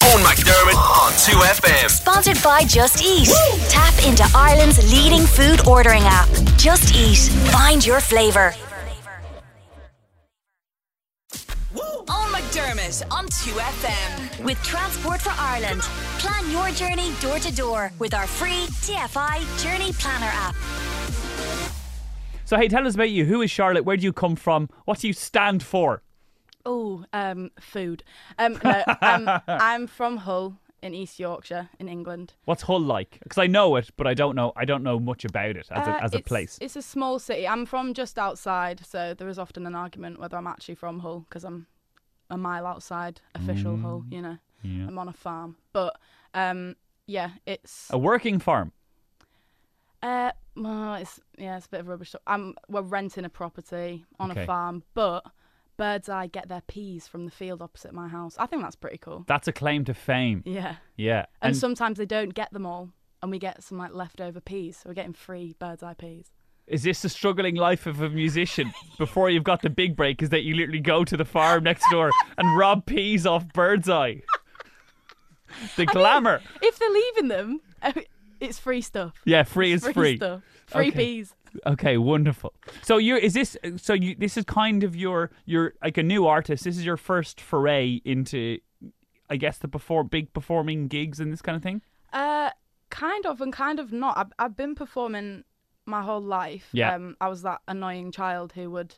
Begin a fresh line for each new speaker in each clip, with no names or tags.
McDermott on 2FM.
Sponsored by Just Eat. Tap into Ireland's leading food ordering app. Just Eat. Find your flavour.
On McDermott on 2FM.
With Transport for Ireland, plan your journey door to door with our free TFI Journey Planner app.
So hey, tell us about you. Who is Charlotte? Where do you come from? What do you stand for?
Oh, um, food. Um, no, um, I'm from Hull in East Yorkshire in England.
What's Hull like? Because I know it, but I don't know. I don't know much about it as
Uh,
a, as a
it's-
place.
It's a small city. I'm from just outside, so there is often an argument whether I'm actually from Hull because I'm a mile outside official
Mm.
Hull. You know, I'm on a farm, but um, yeah, it's
A working farm.
uh, well, it's yeah, it's a bit of rubbish. I'm we're renting a property on
Okay.
a farm, but birds eye get their peas from the field opposite my house. I think that's pretty cool.
That's a claim to fame.
Yeah.
Yeah.
And, sometimes they don't get them all, and we get some like leftover peas. So we're getting free bird's eye peas.
is this the struggling life of a musician before you've got the big break? Is that you literally go to the farm next door and rob peas off Birdseye? The glamour.
If they're leaving them, oh, it's free stuff.
yeah, free is
free,
free.
stuff. Free
Okay.
peas.
Okay, wonderful. So you is this so you this is kind of your your like a new artist. This is your first foray into I guess the before big performing gigs and this kind of thing.
Uh, kind of and kind of not. I've, I've been performing my whole life.
Yeah.
Um, I was that annoying child who would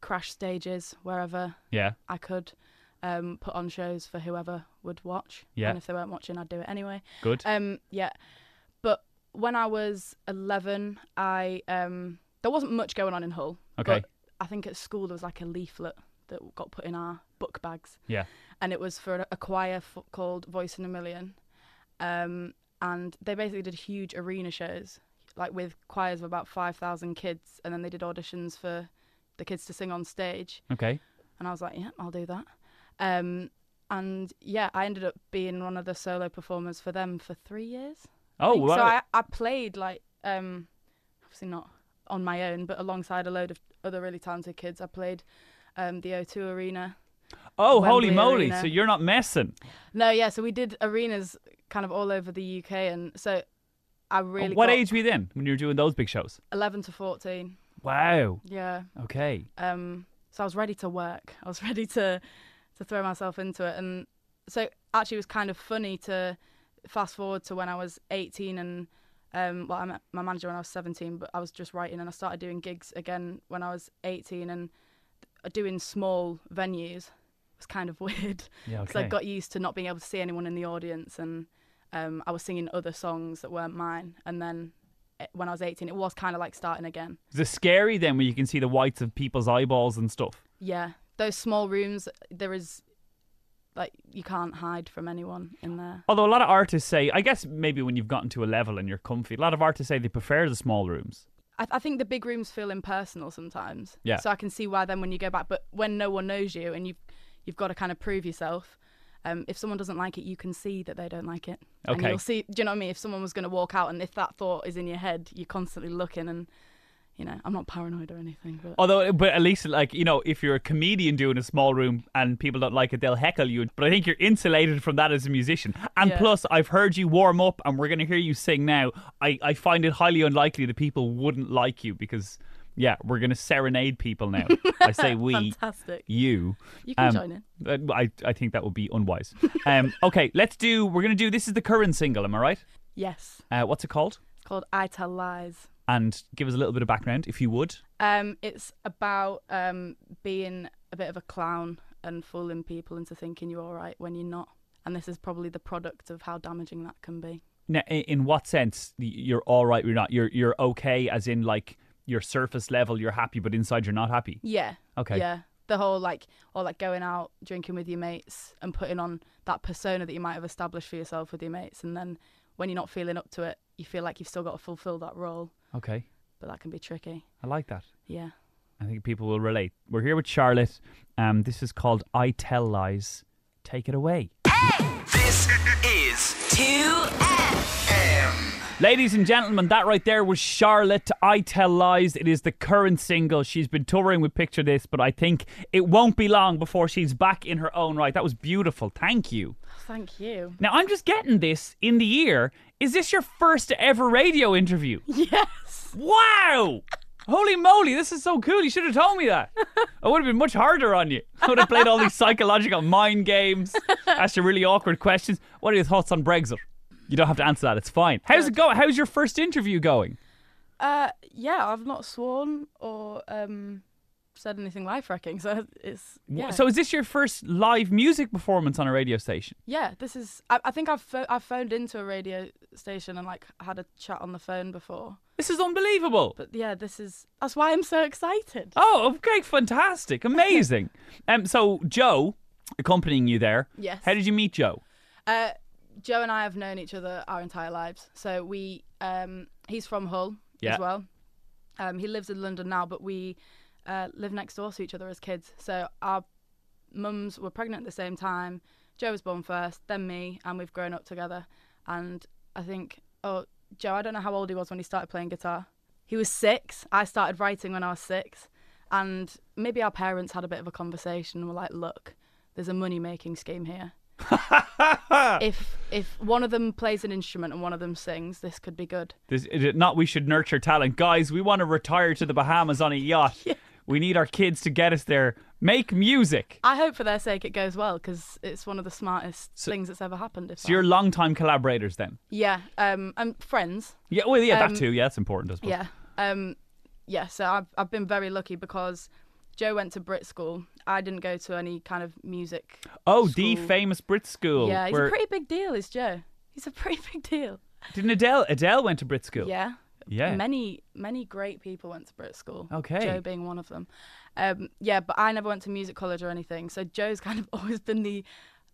crash stages wherever
Yeah.
I could. Um, put on shows for whoever would watch.
Yeah.
And if they weren't watching, I'd do it anyway.
Good.
Um, yeah. But when I was 11, I um, there wasn't much going on in Hull.
Okay.
But I think at school there was like a leaflet that got put in our book bags,
yeah.
and it was for a choir f- called Voice in a Million, um, and they basically did huge arena shows, like with choirs of about 5,000 kids, and then they did auditions for the kids to sing on stage.
Okay.
And I was like, yeah, I'll do that. Um, and yeah, I ended up being one of the solo performers for them for three years. I
Oh,
think.
wow.
So I, I played like, um, obviously not on my own, but alongside a load of other really talented kids. I played um, the O2 Arena.
oh, holy
Wembley
moly.
Arena.
So you're not messing.
No, yeah, so we did arenas kind of all over the UK. And so I really.
what
got
age were you then when you were doing those big shows?
11 to 14.
Wow.
Yeah.
Okay.
um so I was ready to work. I was ready to to throw myself into it and so actually it was kind of funny to fast forward to when I was 18 and um well I met my manager when I was 17 but I was just writing and I started doing gigs again when I was 18 and doing small venues was kind of weird
Yeah,
because I
okay.
got used to not being able to see anyone in the audience and um, I was singing other songs that weren't mine and then eh, when I was 18 it was kind of like starting again
Is it scary then when you can see the whites of people's eyeballs and stuff?
Yeah, those small rooms. There is, like, you can't hide from anyone in there.
Although a lot of artists say, I guess maybe when you've gotten to a level and you're comfy, a lot of artists say they prefer the small rooms.
I, I think the big rooms feel impersonal sometimes.
Yeah.
So I can see why then when you go back, but when no one knows you and you've you've got to kind of prove yourself. Um, if someone doesn't like it, you can see that they don't like it. And
Okay.
you'll see. Do you know what I mean? If someone was going to walk out, and if that thought is in your head, you're constantly looking, and you know, I'm not paranoid or anything, but
Although, but at least, like, you know, if you're a comedian doing a small room and people don't like it, they'll heckle you. But I think you're insulated from that as a musician. And
Yeah.
plus, I've heard you warm up and we're going to hear you sing now. I, I find it highly unlikely that people wouldn't like you because, yeah, we're going to serenade people now. I say we,
fantastic.
you.
You can join in.
in. I, I think that would be unwise. um, okay, let's do, we're going to do, this is the current single, am I right?
Yes,
Uh, what's it called?
it's called I Tell Lies.
and give us a little bit of background, if you would.
Um, it's about um, being a bit of a clown and fooling people into thinking you're all right when you're not. And this is probably the product of how damaging that can be.
Now, i- in what sense y- you're all right? You're not. You're you're okay, as in like your surface level, you're happy, but inside you're not happy.
Yeah.
Okay.
Yeah. The whole like, or like going out drinking with your mates and putting on that persona that you might have established for yourself with your mates, and then when you're not feeling up to it, you feel like you've still got to fulfil that role,
Okay,
but that can be tricky.
I like that.
Yeah.
I think people will relate. We're here with Charlotte. Um, this is called "I Tell Lies." Take it away.
This is
2FM.
Ladies and gentlemen, that right there was Charlotte. I Tell Lies. It is the current single. She's been touring with Picture This, but I think it won't be long before she's back in her own right. That was beautiful. Thank you.
Thank you.
Now, I'm just getting this in the ear. Is this your first ever radio interview?
Yes.
Wow! Holy moly, this is so cool. You should have told me that. I would have been much harder on you. I would have played all these psychological mind games, asked you really awkward questions. What are your thoughts on Brexit? You don't have to answer that. It's fine. How's it going? How's your first interview going?
Uh, yeah, I've not sworn or um, said anything life wrecking, so it's yeah.
So, is this your first live music performance on a radio station?
yeah, this is. I, I think I've pho- I've phoned into a radio station and like had a chat on the phone before,
This is unbelievable.
but yeah, this is. That's why I'm so excited.
Oh, okay, fantastic, amazing. um, so Joe, accompanying you there.
Yes.
How did you meet Joe?
Uh, Joe and I have known each other our entire lives. So we, um, he's from Hull
Yeah.
as well. Um, he lives in London now, but we uh, live next door to each other as kids. So our mums were pregnant at the same time. Joe was born first, then me, and we've grown up together. And I think, oh, Joe, I don't know how old he was when he started playing guitar. He was six. I started writing when I was six. And maybe our parents had a bit of a conversation and were like, look, there's a money making scheme here if if one of them plays an instrument and one of them sings, this could be good.
This, is it not we should nurture talent, guys. We want to retire to the Bahamas on a yacht. We need our kids to get us there. Make music.
I hope for their sake it goes well because it's one of the smartest things that's ever happened. If
So you're
that-
longtime collaborators then.
yeah, um, and friends,
Yeah, well, yeah,
Um,
that too. Yeah, that's important as well.
yeah, um, yeah. So I've I've been very lucky because Joe went to Brit school. I didn't go to any kind of music.
Oh, the
school.
famous Brit school.
Yeah, he's
Oh, where-
a pretty big deal, is Joe. He's a pretty big deal.
Didn't Adele? Adele went to Brit school.
Yeah.
Yeah.
Many, many great people went to Brit school.
Okay.
Joe being one of them. Um, yeah, but I never went to music college or anything. So Joe's kind of always been the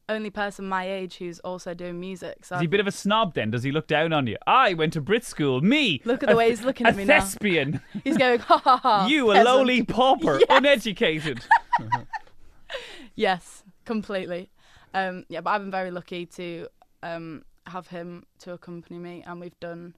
only person my age who's also doing music. So
Is he a bit of a snob then? Does he look down on you? I went to Brit school. Me.
Look at the
a-
way he's looking at
a
me now.
thespian.
he's going, ha ha ha.
you, a
peasant."
lowly pauper, uneducated.
Yes, completely. Um, yeah, but I've been very lucky to um, have him to accompany me, and we've done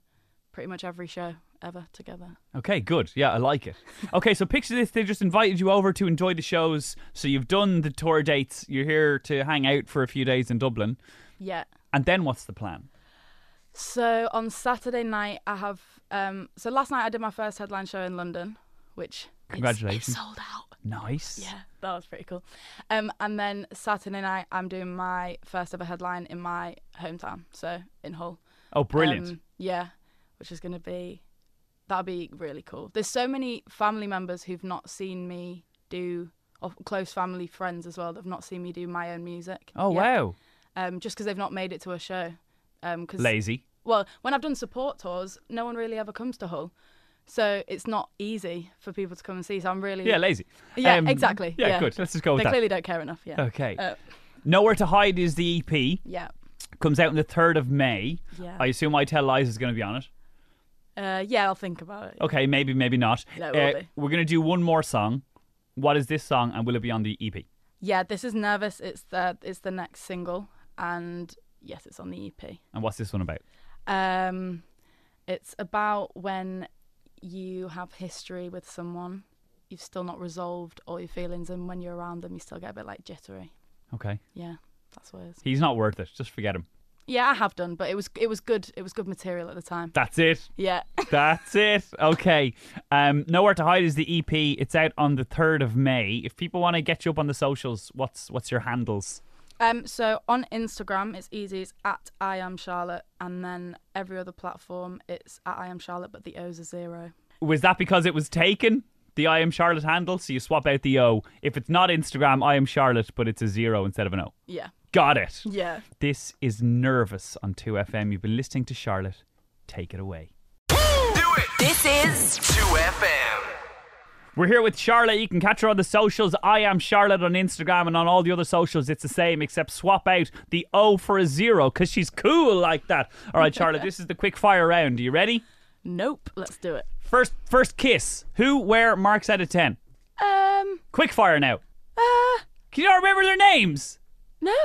pretty much every show ever together.
Okay, good. Yeah, I like it. Okay, so picture this: they just invited you over to enjoy the shows. So you've done the tour dates. You're here to hang out for a few days in Dublin,
Yeah.
and then what's the plan?
So on Saturday night, I have. Um, so last night I did my first headline show in London, which it's-
Congratulations.
it's sold out.
Nice.
Yeah, that was pretty cool. Um, and then Saturday night, I'm doing my first ever headline in my hometown, so in Hull.
Oh, brilliant.
Um, yeah, which is going to be that'll be really cool. There's so many family members who've not seen me do, or close family friends as well, that have not seen me do my own music.
oh
yet,
wow.
Um, just because they've not made it to a show. Um, cause
Lazy.
well, when I've done support tours, no one really ever comes to Hull. So it's not easy for people to come and see. So I'm really
Yeah, lazy.
Yeah,
Um,
exactly.
Yeah, good. Let's just go with
They
that.
clearly don't care enough. Yeah.
Okay.
Uh,
Nowhere to Hide is the EP.
yeah.
Comes out on the third of May.
Yeah.
I assume I Tell Lies is going to be on it.
Uh, yeah, I'll think about it.
Okay, maybe, maybe not. Uh,
No, it will be.
We're going to do one more song. What is this song, and will it be on the E EP?
Yeah, this is nervous. It's the it's the next single, and yes, it's on the EP.
And what's this one about?
Um, it's about when you have history with someone, you've still not resolved all your feelings, and when you're around them, you still get a bit like jittery.
Okay,
Yeah, that's what it is.
he's not worth it. Just forget him.
Yeah, I have done, but it was it was good. It was good material at the time.
That's it.
Yeah.
That's it. Okay. Um, Nowhere to Hide is the EP. It's out on the third of May. If people want to get you up on the socials, what's what's your handles?
Um, so on Instagram, it's easy. It's at I am Charlotte, and then every other platform, it's at I am Charlotte, but the O's are zero.
Was that because it was taken? The I am Charlotte handle, so you swap out the O. If it's not Instagram, I am Charlotte, but it's a zero instead of an O.
Yeah.
Got it.
Yeah.
This is Nervous on 2FM. You've been listening to Charlotte. Take it away.
Do it.
This is
2FM.
We're here with Charlotte. You can catch her on the socials. I am Charlotte on Instagram and on all the other socials. It's the same, except swap out the O for a zero because she's cool like that. All right, Charlotte, this is the quick fire round. Are you ready?
Nope. Let's do it.
First, first kiss. Who, where, marks out of 10?
Um.
Quick fire now.
Uh,
Can you not remember their names?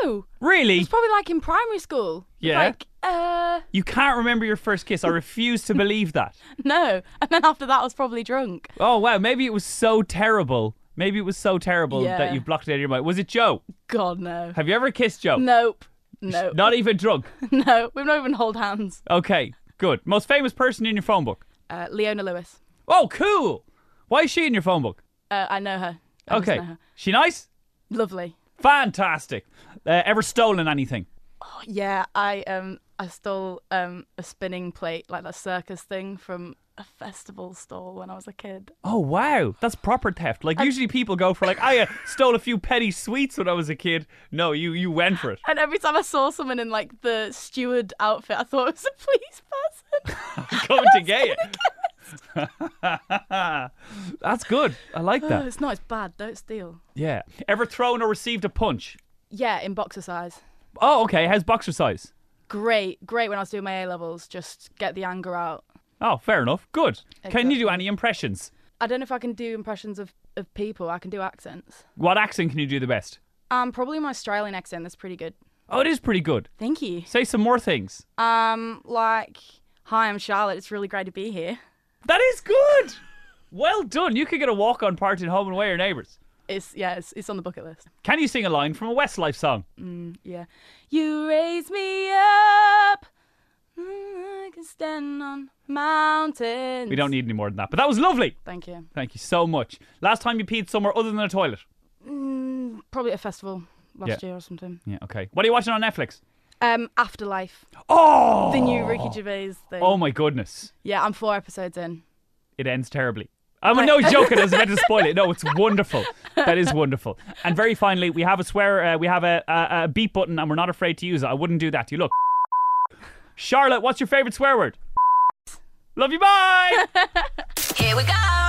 No,
Really?
it's probably like in primary school. It's
Yeah.
Like, uh,
You can't remember your first kiss. I refuse to believe that.
no. And then after that, I was probably drunk.
Oh wow, maybe it was so terrible. Maybe it was so terrible
Yeah.
that you blocked it out of your mind. Was it Joe?
God, no.
Have you ever kissed Joe?
Nope. No.
Not even drunk.
no. We've not even hold hands.
Okay, good. Most famous person in your phone book.
Uh, Leona Lewis.
Oh, cool. Why is she in your phone book?
Uh, I know her. I just
Okay,
know her.
she nice.
Lovely.
Fantastic. Uh, ever stolen anything?
Yeah, I um I stole um a spinning plate like that circus thing from a festival stall when I was a kid.
Oh wow, that's proper theft. Like usually people go for like I uh, stole a few petty sweets when I was a kid. No, you you went for it.
And every time I saw someone in like the steward outfit, I thought it was a police person.
Coming to get it. that's good. I like
oh,
that.
it's not as bad. Don't steal.
Yeah. Ever thrown or received a punch?
Yeah, in boxer size.
Oh, okay. How's boxer size?
Great, great. When I was doing my A levels, just get the anger out.
Oh, fair enough. Good. Can you do any impressions?
I don't know if I can do impressions of of people. I can do accents.
What accent can you do the best?
Um, probably my Australian accent. That's pretty good.
Oh, it is pretty good.
Thank you.
Say some more things.
Um, like, hi, I'm Charlotte. It's really great to be here.
That is good. Well done. You could get a walk on part in Home and Away or Neighbours.
It's yeah, it's, it's on the bucket list.
Can you sing a line from a Westlife song?
Yeah. You raise me up. mm, I can stand on mountains.
We don't need any more than that, but that was lovely.
Thank you.
Thank you so much. Last time you peed somewhere other than a toilet.
Mm, Probably at a festival last
Yeah.
year or something.
Yeah, okay. What are you watching on Netflix?
Um, Afterlife,
Oh!
the new Ricky Gervais thing.
Oh my goodness.
Yeah, I'm four episodes in.
it ends terribly. I'm no joking. I was about to spoil it. No, it's wonderful. That is wonderful. And very finally, we have a swear. Uh, we have a, a, a beep button, and we're not afraid to use it. I wouldn't do that to you. Look, Charlotte, what's your favorite swear word? Love you. Bye.
Here we go.